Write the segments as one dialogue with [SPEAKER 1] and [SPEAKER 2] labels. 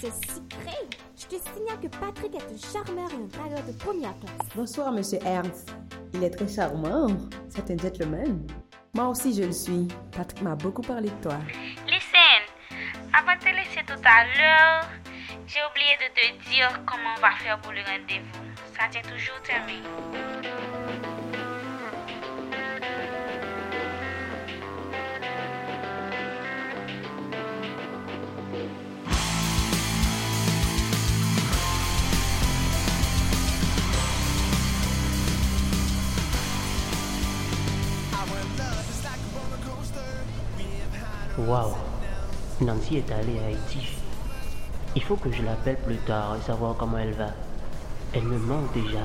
[SPEAKER 1] c'est si près. Je te signale que Patrick est un charmeur et un dragueur de première classe.
[SPEAKER 2] Bonsoir, monsieur Ernst. Il est très charmant. C'est un gentleman. Moi aussi, je le suis. Patrick m'a beaucoup parlé de toi.
[SPEAKER 3] Listen, avant de te laisser tout à l'heure, j'ai oublié de te dire comment on va faire pour le rendez-vous. Ça tient toujours terminé.
[SPEAKER 4] Wow, Nancy est allée à Haïti. Il faut que je l'appelle plus tard et savoir comment elle va. Elle me manque déjà.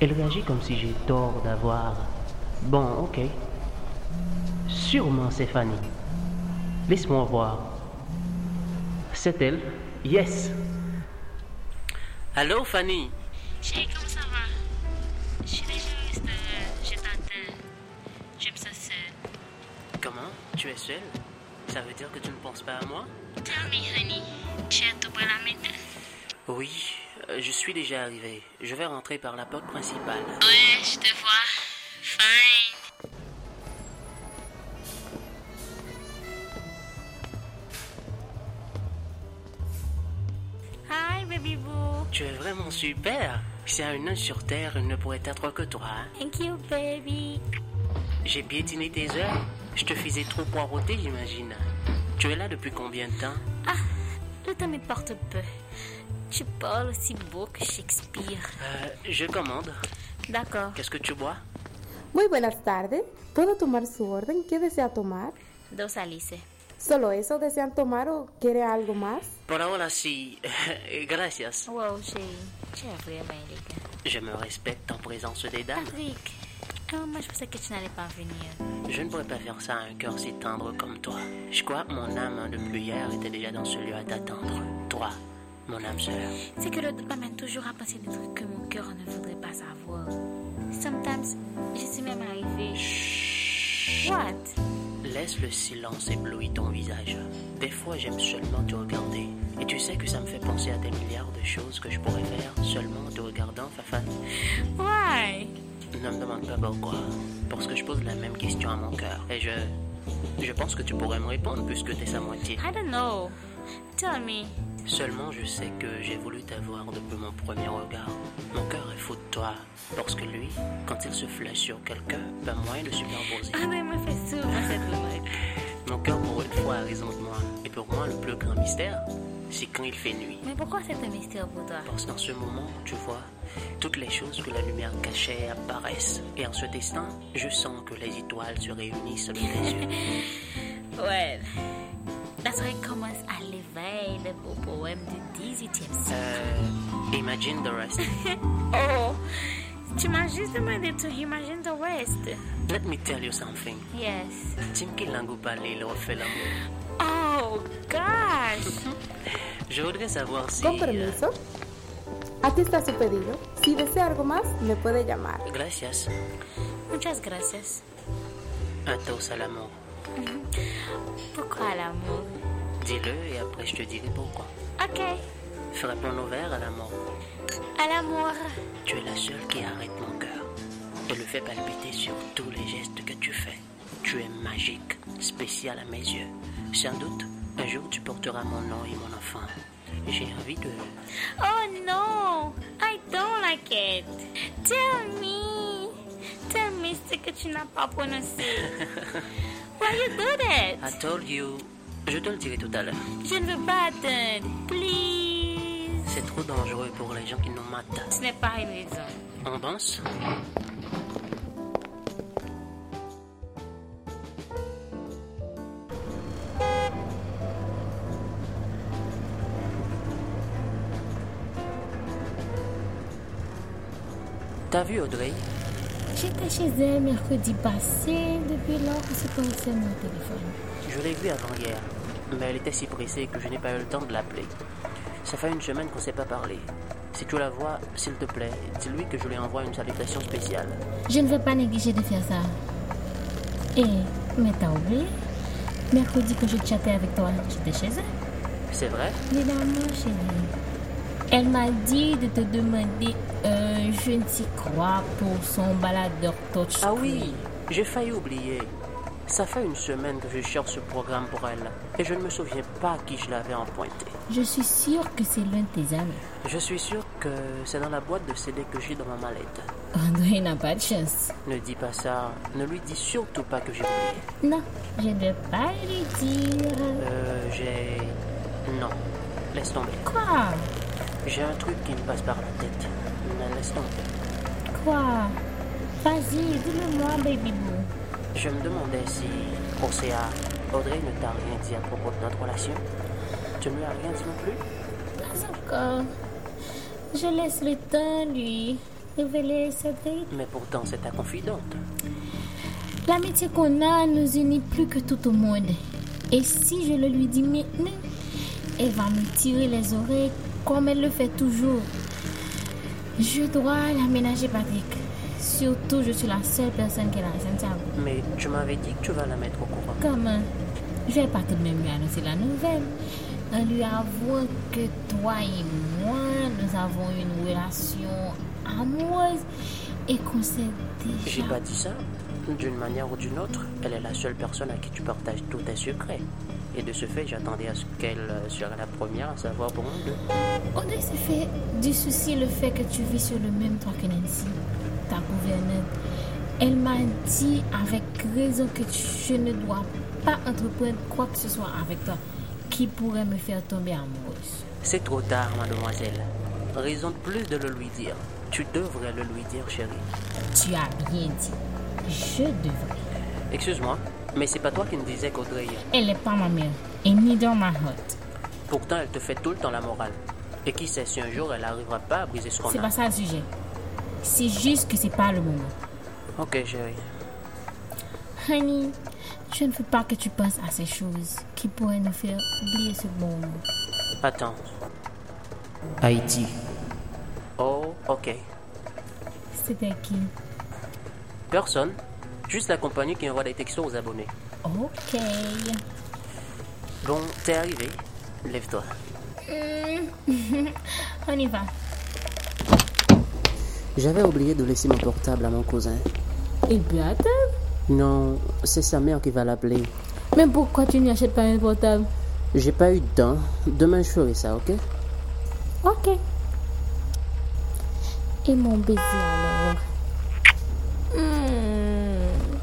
[SPEAKER 4] Elle réagit comme si j'ai tort d'avoir. Bon, ok. Sûrement c'est Fanny. Laisse-moi voir. C'est elle Yes Allô Fanny
[SPEAKER 3] Chérie, comment ça va? Je suis déjà restée, je t'attends. Je me sens seule.
[SPEAKER 4] Comment Tu es seule Ça veut dire que tu ne penses pas à moi
[SPEAKER 3] Tell me, honey, tu es tout prêt là maintenant?
[SPEAKER 4] Oui, euh, je suis déjà arrivé. Je vais rentrer par la porte principale.
[SPEAKER 3] Ouais, je te vois. Fine. Hi, baby boo.
[SPEAKER 4] Tu es vraiment super. Si à une heure sur Terre, il ne pourrait être que toi. hein.
[SPEAKER 3] Thank you, baby.
[SPEAKER 4] J'ai piétiné tes heures. Je te faisais trop poireauter, j'imagine. Tu es là depuis combien de temps
[SPEAKER 3] Ah, le temps m'importe peu. Tu parles aussi beau que Shakespeare.
[SPEAKER 4] Euh, Je commande.
[SPEAKER 3] D'accord.
[SPEAKER 4] Qu'est-ce que tu bois
[SPEAKER 2] Muy buenas tardes. ¿Puedo tomar su orden? ¿Qué desea tomar?
[SPEAKER 3] Dos Alice.
[SPEAKER 2] ¿Solo eso desean tomar o quiere algo más?
[SPEAKER 4] Por ahora, si. Gracias.
[SPEAKER 3] Wow, chérie. Tu es vraiment élégant.
[SPEAKER 4] Je me respecte en présence des dames.
[SPEAKER 3] Patrick, ah, moi je pensais que tu n'allais pas venir.
[SPEAKER 4] Je ne pourrais pas faire ça à un cœur si tendre comme toi. Je crois que mon âme hein, depuis hier était déjà dans ce lieu à t'attendre. Toi, mon âme sœur.
[SPEAKER 3] C'est que le doute m'amène toujours à penser des trucs que mon cœur ne voudrait pas savoir. Sometimes, je suis même arrivée. What?
[SPEAKER 4] Laisse le silence éblouir ton visage. Des fois, j'aime seulement te regarder. Et tu sais que ça me fait penser à des milliards de choses que je pourrais faire seulement en te regardant, Fafan.
[SPEAKER 3] Why?
[SPEAKER 4] Ne me demande pas pourquoi. Parce que je pose la même question à mon cœur. Et je. Je pense que tu pourrais me répondre puisque t'es sa moitié.
[SPEAKER 5] Ah.
[SPEAKER 3] I don't know. Tell me.
[SPEAKER 4] Seulement, je sais que j'ai voulu t'avoir depuis mon premier regard. Mon cœur est fou de toi. Parce que lui, quand il se flash sur quelqu'un, ben, pas moyen de superposer.
[SPEAKER 3] Ah non, il me fait souvent cette remarque.
[SPEAKER 4] Mon cœur, pour une fois, a raison de moi. Et pour moi, le plus grand mystère, c'est quand il fait nuit.
[SPEAKER 3] Mais pourquoi c'est un mystère pour toi?
[SPEAKER 4] Parce qu'en ce moment, tu vois, toutes les choses que la lumière cachait apparaissent. Et en ce destin, je sens que les étoiles se réunissent sous tes yeux.
[SPEAKER 3] Well, la soirée commence à l'éveil des beaux poèmes du 18e siècle.
[SPEAKER 4] Euh, imagine the rest.
[SPEAKER 3] Oh, tu m'as juste demandé to imagine the West.
[SPEAKER 4] Let me tell you something.
[SPEAKER 3] Yes.
[SPEAKER 4] Tim Kilangu parle, il refait l'amour.
[SPEAKER 3] Oh, gosh.
[SPEAKER 4] Je voudrais savoir si...
[SPEAKER 2] Con
[SPEAKER 4] euh,
[SPEAKER 2] permiso. Aquí está su pedido. Si desea algo más, me puede llamar.
[SPEAKER 4] gracias.
[SPEAKER 3] Muchas gracias.
[SPEAKER 4] Un toast à l'amour.
[SPEAKER 3] Pourquoi l'amour?
[SPEAKER 4] Dis-le et après je te dirai pourquoi.
[SPEAKER 3] Ok,
[SPEAKER 4] Frappons nos verres à l'amour.
[SPEAKER 3] à l'amour.
[SPEAKER 4] Tu es la seule qui arrête mon cœur et le fait palpiter sur tous les gestes que tu fais. Tu es magique, spécial à mes yeux. Sans doute, un jour tu porteras mon nom et mon enfant. J'ai envie de...
[SPEAKER 3] Oh non, I don't like it. Tell me. Tell me ce que tu n'as pas prononcé. Why you do
[SPEAKER 4] I
[SPEAKER 3] that?
[SPEAKER 4] told you... Je te le dirai tout à l'heure.
[SPEAKER 3] Je ne veux pas attendre. Please.
[SPEAKER 4] C'est trop dangereux pour les gens qui nous matent.
[SPEAKER 3] Ce n'est pas une raison.
[SPEAKER 4] On danse T'as vu Audrey
[SPEAKER 5] J'étais chez elle mercredi passé. Depuis lors, que c'est pas aussi à mon téléphone.
[SPEAKER 4] Je l'ai vue avant-hier, mais elle était si pressée que je n'ai pas eu le temps de l'appeler. Ça fait une semaine qu'on ne s'est pas parlé. Si tu la vois, s'il te plaît, dis-lui que je lui envoie une salutation spéciale.
[SPEAKER 5] Je ne vais pas négliger de faire ça. Et, mais t'as oublié Mercredi que je chattais avec toi, j'étais chez elle.
[SPEAKER 4] C'est vrai
[SPEAKER 5] Lila, mon chéri, elle m'a dit de te demander un je ne sais quoi pour son baladeur touch.
[SPEAKER 4] Ah oui, j'ai failli oublier. Ça fait une semaine que je cherche ce programme pour elle et je ne me souviens pas qui je l'avais empointé.
[SPEAKER 5] Je suis sûre que c'est l'un de tes amis.
[SPEAKER 4] Je suis sûr que c'est dans la boîte de CD que j'ai dans ma mallette.
[SPEAKER 5] André n'a pas de chance.
[SPEAKER 4] Ne dis pas ça, ne lui dis surtout pas que j'ai oublié.
[SPEAKER 5] Non, je ne vais pas lui dire.
[SPEAKER 4] Euh, j'ai. Non, laisse tomber.
[SPEAKER 5] Quoi
[SPEAKER 4] J'ai un truc qui me passe par la tête. Non, laisse tomber.
[SPEAKER 5] Quoi Vas-y, dis-le-moi, baby boo.
[SPEAKER 4] Je me demandais si, au CA, Audrey ne t'a rien dit à propos de notre relation. Tu ne lui as rien dit non plus
[SPEAKER 5] Pas encore. Je laisse le temps lui révéler sa vérité.
[SPEAKER 4] Mais pourtant, c'est ta confidente.
[SPEAKER 5] L'amitié qu'on a nous unit plus que tout au monde. Et si je le lui dis maintenant, elle va me tirer les oreilles comme elle le fait toujours. Je dois l'aménager, Patrick. Surtout, je suis la seule personne qu'elle a Santiago.
[SPEAKER 4] Mais tu m'avais dit que tu vas la mettre au courant.
[SPEAKER 5] Comment euh, Je vais pas tout de même lui annoncer la nouvelle en lui avouant que toi et moi, nous avons une relation amoureuse et qu'on s'est
[SPEAKER 4] J'ai
[SPEAKER 5] déjà
[SPEAKER 4] pas dit ça. D'une manière ou d'une autre, elle est la seule personne à qui tu partages tous tes secrets. Et de ce fait, j'attendais à ce qu'elle euh, serait la première à savoir pour nous deux.
[SPEAKER 5] Audrey se fait du souci le fait que tu vis sur le même toit que Nancy, ta gouvernante. Elle m'a dit avec raison que tu- je ne dois pas entreprendre quoi que ce soit avec toi qui pourrait me faire tomber amoureuse.
[SPEAKER 4] C'est trop tard, mademoiselle. Raison de plus de le lui dire. Tu devrais le lui dire, chérie.
[SPEAKER 5] Tu as bien dit. Je devrais.
[SPEAKER 4] Excuse-moi, mais c'est pas toi qui me disais qu'Audrey.
[SPEAKER 5] Elle n'est pas ma mère et ni dans ma hotte.
[SPEAKER 4] Pourtant, elle te fait tout le temps la morale. Et qui sait si un jour elle n'arrivera pas à briser ce qu'on
[SPEAKER 5] C'est
[SPEAKER 4] a.
[SPEAKER 5] pas ça le sujet. C'est juste que c'est pas le moment.
[SPEAKER 4] Ok, chérie.
[SPEAKER 5] Honey, je ne veux pas que tu penses à ces choses qui pourraient nous faire oublier ce bon moment.
[SPEAKER 4] Attends. Haïti. Oh, ok.
[SPEAKER 5] C'était qui?
[SPEAKER 4] Personne. Juste la compagnie qui envoie des textos aux abonnés.
[SPEAKER 5] Ok.
[SPEAKER 4] Bon, t'es arrivé. Lève-toi.
[SPEAKER 5] On y va.
[SPEAKER 4] J'avais oublié de laisser mon portable à mon cousin.
[SPEAKER 5] Il peut attendre.
[SPEAKER 4] Non, c'est sa mère qui va l'appeler.
[SPEAKER 5] Mais pourquoi tu n'y achètes pas un portable
[SPEAKER 4] J'ai pas eu de temps. Demain, je ferai ça, ok
[SPEAKER 5] Ok. Et mon baiser alors Hmm.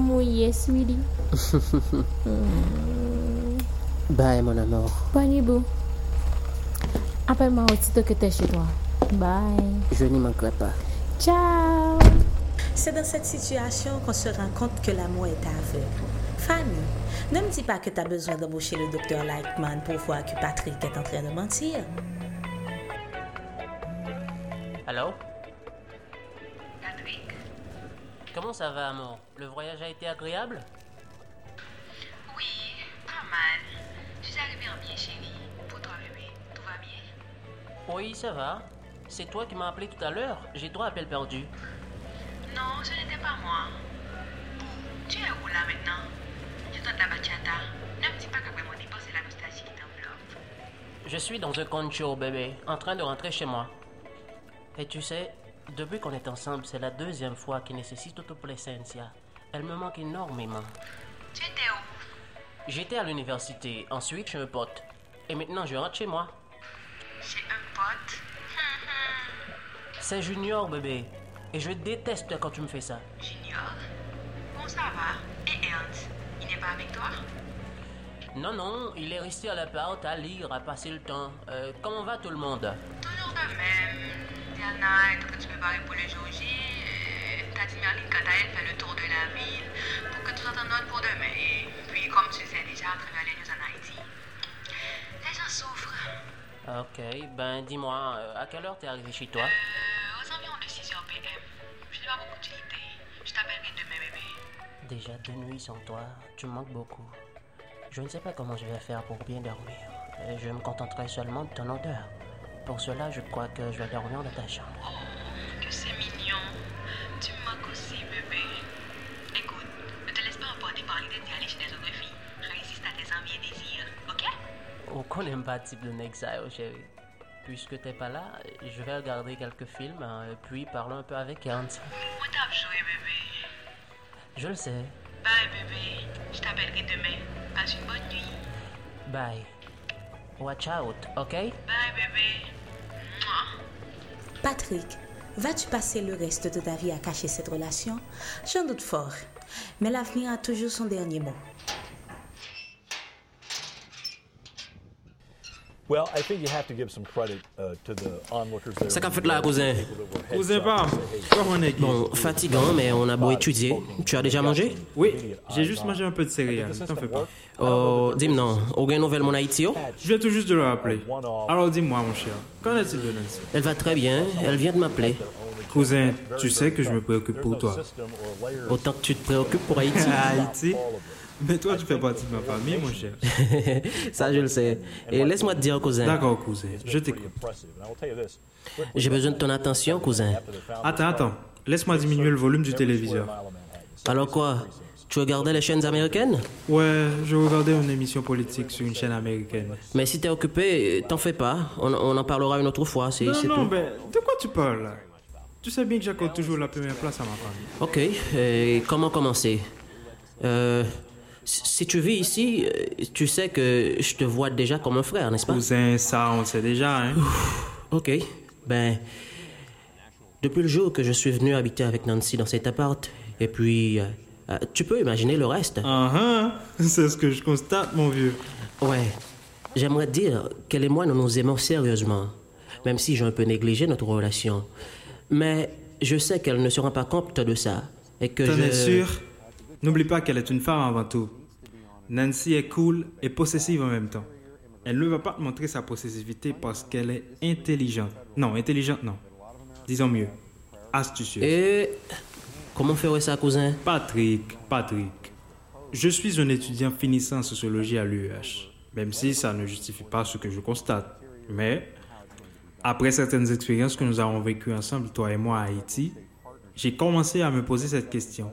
[SPEAKER 5] Mouillé, sweetie.
[SPEAKER 4] Bye, mon amour.
[SPEAKER 5] Bonne beau. Appelle-moi aussitôt que t'es chez toi. Bye.
[SPEAKER 4] Je n'y manquerai pas.
[SPEAKER 5] Ciao.
[SPEAKER 6] C'est dans cette situation qu'on se rend compte que l'amour est aveugle. Fanny, ne me dis pas que tu as besoin d'embaucher le docteur Lightman pour voir que Patrick est en train de mentir.
[SPEAKER 4] Allô Patrick Comment ça va, amour Le voyage a été agréable
[SPEAKER 7] Oui, pas mal. Tu es arrivé en bien, chérie. Pour toi, bébé, tout va bien?
[SPEAKER 4] Oui, ça va. C'est toi qui m'as appelé tout à l'heure. J'ai trois appels perdus.
[SPEAKER 7] Non, ce n'était pas moi. Bou, tu es où là maintenant? Je tente la bachata. Ne me dis pas qu'après mon départ, c'est la nostalgie qui t'enveloppe.
[SPEAKER 4] Je suis dans un concho, bébé, en train de rentrer chez moi. Et tu sais, depuis qu'on est ensemble, c'est la deuxième fois qu'il nécessite autoplacencia. Elle me manque énormément.
[SPEAKER 7] Tu étais où?
[SPEAKER 4] J'étais à l'université, ensuite chez un pote. Et maintenant, je rentre chez moi.
[SPEAKER 7] Chez un pote. Hum, hum.
[SPEAKER 4] C'est Junior, bébé. Et je déteste quand tu me fais ça.
[SPEAKER 7] Junior? Bon, ça va. Et Ernst? Il n'est pas avec toi?
[SPEAKER 4] Non, non, il est resté à l'appart à lire, à passer le temps. Euh, comment va tout le monde
[SPEAKER 7] Toujours de même. Diana est en train de se préparer pour le jour J. Euh, T'as dit Merlin quant à elle fait le tour de la ville pour que tout soit en ordre pour demain. Et puis, comme tu le sais déjà, à travers les news en Haïti, les gens souffrent.
[SPEAKER 4] Ok, ben dis-moi, euh, à quelle heure t'es arrivé chez toi
[SPEAKER 7] Euh, aux environs de 6h PM, je n'ai pas beaucoup d'utilité. Je t'appellerai demain, bébé.
[SPEAKER 4] Déjà deux nuits sans toi, tu me manques beaucoup. Je ne sais pas comment je vais faire pour bien dormir. Euh, Je me contenterai seulement de ton odeur. Pour cela, je crois que je vais dormir dans ta chambre.
[SPEAKER 7] Que c'est mignon. Tu me manques aussi, bébé. Écoute, ne te laisse pas emporter par l'idée d'y aller chez des autres filles. Résiste à tes envies et désirs, ok?
[SPEAKER 4] Ok,
[SPEAKER 8] konen pa tip de nek sa yo, chéri. oh, Puisque t'es pas là, je vais regarder quelques films, hein, puis parler un peu avec Ernst.
[SPEAKER 7] Où t'as joué, bébé
[SPEAKER 8] Je le sais.
[SPEAKER 7] Bye, bébé. Je t'appellerai demain. Passe une bonne nuit.
[SPEAKER 8] Bye. Watch out, ok?
[SPEAKER 7] Bye, bébé. Mouah.
[SPEAKER 6] Patrick, vas-tu passer le reste de ta vie à cacher cette relation J'en doute fort. Mais l'avenir a toujours son dernier mot.
[SPEAKER 9] Well, I think you have to give some credit uh, to the onlookers there.
[SPEAKER 4] Ça qu'a fait là, cousin?
[SPEAKER 10] Cousin Pam, comment on est Guy
[SPEAKER 4] Bon, fatigant, mais on a beau étudier. Tu as déjà mangé?
[SPEAKER 10] Oui, j'ai juste mangé un peu de céréales, t'en fais pas.
[SPEAKER 4] Oh, dis-moi non. Aucune nouvelle mon Haïti, oh?
[SPEAKER 10] Je viens tout juste de le rappeler. Alors dis-moi, mon cher, qu'en est-il de Nancy
[SPEAKER 4] Elle va très bien. Elle vient de m'appeler.
[SPEAKER 10] Cousin, tu sais que je me préoccupe pour toi.
[SPEAKER 4] Autant que tu te préoccupes pour Ah, Haïti.
[SPEAKER 10] À Haïti Mais toi, tu fais partie de ma famille, mon cher.
[SPEAKER 4] Ça, je le sais. Et laisse-moi te dire, cousin.
[SPEAKER 10] D'accord, cousin, je t'écoute.
[SPEAKER 4] J'ai besoin de ton attention, cousin.
[SPEAKER 10] Attends, attends, laisse-moi diminuer le volume du téléviseur.
[SPEAKER 4] Alors quoi? Tu regardais les chaînes américaines?
[SPEAKER 10] Ouais, je regardais une émission politique sur une chaîne américaine.
[SPEAKER 4] Mais si t'es occupé, t'en fais pas. On, on en parlera une autre fois, c'est
[SPEAKER 10] Non,
[SPEAKER 4] c'est
[SPEAKER 10] non,
[SPEAKER 4] tout.
[SPEAKER 10] ben, de quoi tu parles là Tu sais bien que j'accorde toujours la première place à ma famille.
[SPEAKER 4] Ok, euh, comment commencer Euh, Si si tu vis ici, euh, tu sais que je te vois déjà comme un frère, n'est-ce pas
[SPEAKER 10] Cousin, ça, on le sait déjà, hein.
[SPEAKER 4] Ok, ben... Depuis le jour que je suis venu habiter avec Nancy dans cet appart, et puis... euh, euh, tu peux imaginer le reste
[SPEAKER 10] Ah ah, c'est ce que je constate, mon vieux.
[SPEAKER 4] Ouais, j'aimerais dire qu'elle et moi, nous nous aimons sérieusement, même si j'ai un peu négligé notre relation. Mais je sais qu'elle ne se rend pas compte de ça, et que
[SPEAKER 10] T'en
[SPEAKER 4] je...
[SPEAKER 10] es sûr N'oublie pas qu'elle est une femme avant tout. Nancy est cool et possessive en même temps. Elle ne va pas te montrer sa possessivité parce qu'elle est intelligente. Non, intelligente, non. Disons mieux, astucieuse.
[SPEAKER 4] Et... Comment ferait ça, cousin
[SPEAKER 10] Patrick, Patrick, je suis un étudiant finissant en sociologie à l'UEH, même si ça ne justifie pas ce que je constate. Mais, après certaines expériences que nous avons vécues ensemble, toi et moi à Haïti, j'ai commencé à me poser cette question.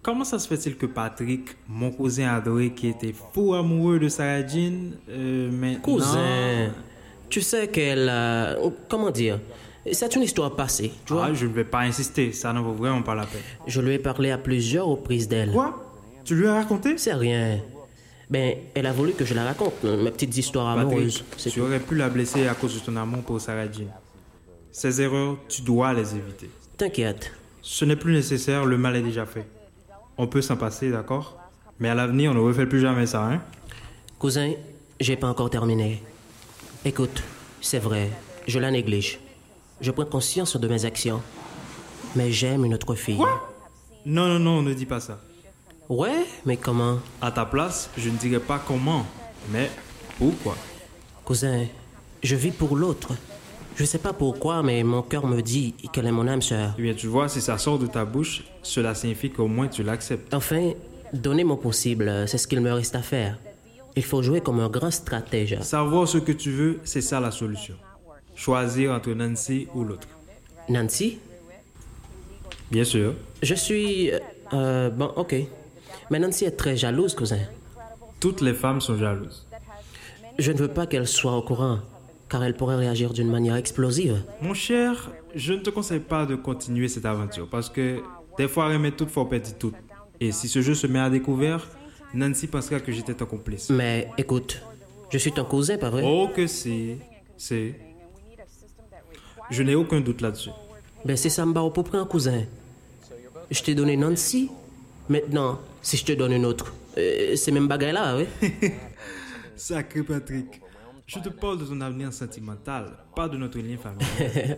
[SPEAKER 10] Comment ça se fait-il que Patrick, mon cousin adoré qui était fou amoureux de Sarah Jean, euh, maintenant...
[SPEAKER 4] Cousin, tu sais qu'elle... euh, comment dire C'est une histoire passée, tu vois.
[SPEAKER 10] Ah, je ne vais pas insister, ça n'en vaut vraiment pas la peine.
[SPEAKER 4] Je lui ai parlé à plusieurs reprises d'elle.
[SPEAKER 10] Quoi Tu lui as raconté
[SPEAKER 4] C'est rien. Ben, elle a voulu que je la raconte, euh, mes petites histoires amoureuses.
[SPEAKER 10] Patrick,
[SPEAKER 4] C'est
[SPEAKER 10] tu
[SPEAKER 4] tout.
[SPEAKER 10] aurais pu la blesser à cause de ton amour pour Sarah Jean. Ces erreurs, tu dois les éviter.
[SPEAKER 4] T'inquiète.
[SPEAKER 10] Ce n'est plus nécessaire, le mal est déjà fait. On peut s'en passer, d'accord Mais à l'avenir, on ne refait plus jamais ça, hein
[SPEAKER 4] Cousin, j'ai pas encore terminé. Écoute, c'est vrai, je la néglige. Je prends conscience de mes actions. Mais j'aime une autre fille.
[SPEAKER 10] Non, non, non, ne dis pas ça.
[SPEAKER 4] ouais, mais comment
[SPEAKER 10] À ta place, je ne dirai pas comment, mais pourquoi
[SPEAKER 4] Cousin, je vis pour l'autre. Je sais pas pourquoi, mais mon cœur me dit qu'elle est mon âme sœur.
[SPEAKER 10] Eh bien, tu vois, si ça sort de ta bouche, cela signifie qu'au moins tu l'acceptes.
[SPEAKER 4] Enfin, donner mon possible, euh, c'est ce qu'il me reste à faire. Il faut jouer comme un grand stratège.
[SPEAKER 10] Savoir ce que tu veux, c'est ça la solution. Choisir entre Nancy ou l'autre.
[SPEAKER 4] Nancy,
[SPEAKER 10] Bien sûr.
[SPEAKER 4] je suis... euh, euh, bon, ok. Mais Nancy est très jalouse, cousin.
[SPEAKER 10] Toutes les femmes sont jalouses.
[SPEAKER 4] Je ne veux pas qu'elle soit au courant, car elle pourrait réagir d'une manière explosive.
[SPEAKER 10] Mon cher, je ne te conseille pas de continuer cette aventure parce que des fois, remet toute faut perdre tout. Et si ce jeu se met à découvert, Nancy pensera que j'étais ton complice.
[SPEAKER 4] Mais écoute, je suis ton cousin, pas vrai
[SPEAKER 10] Oh que si, c'est. Je n'ai aucun doute là-dessus.
[SPEAKER 4] Ben c'est ça me barre au pot près, cousin. Je t'ai donné Nancy. Maintenant, si je te donne une autre, euh, c'est même bagaille là, oui
[SPEAKER 10] Sacré Patrick, je te parle de ton avenir sentimental, pas de notre lien familial.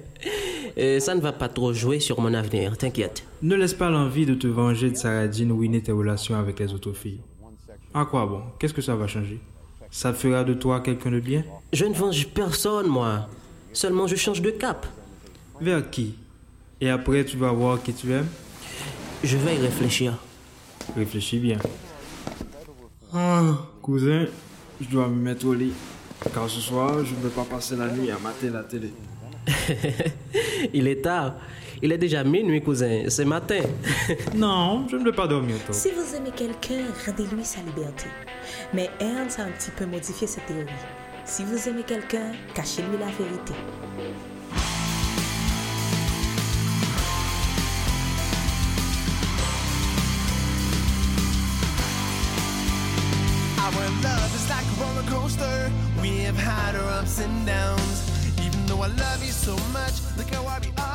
[SPEAKER 4] Euh, ça ne va pas trop jouer sur mon avenir, t'inquiète.
[SPEAKER 10] ne laisse pas l'envie de te venger de Sarah Jean ruiner tes relations avec les autres filles. À quoi bon Qu'est-ce que ça va changer Ça fera de toi quelqu'un de bien
[SPEAKER 4] Je ne venge personne, moi. Seulement, je change de cap.
[SPEAKER 10] Vers qui Et après, tu vas voir qui tu aimes
[SPEAKER 4] Je vais y réfléchir.
[SPEAKER 10] Réfléchis bien. Ah, cousin, je dois me mettre au lit. Car ce soir, je ne veux pas passer la nuit à mater la télé.
[SPEAKER 4] Il est tard. Il est déjà minuit, cousin. C'est matin.
[SPEAKER 10] Non, je ne veux pas dormir tôt.
[SPEAKER 6] Si vous aimez quelqu'un, rendez-lui sa liberté. Mais Ernst a un petit peu modifié cette théorie. Si vous aimez quelqu'un, cachez-lui la vérité.
[SPEAKER 7] Our love is like a roller coaster. We have had our ups and downs. Even though I love you so much, look how I be.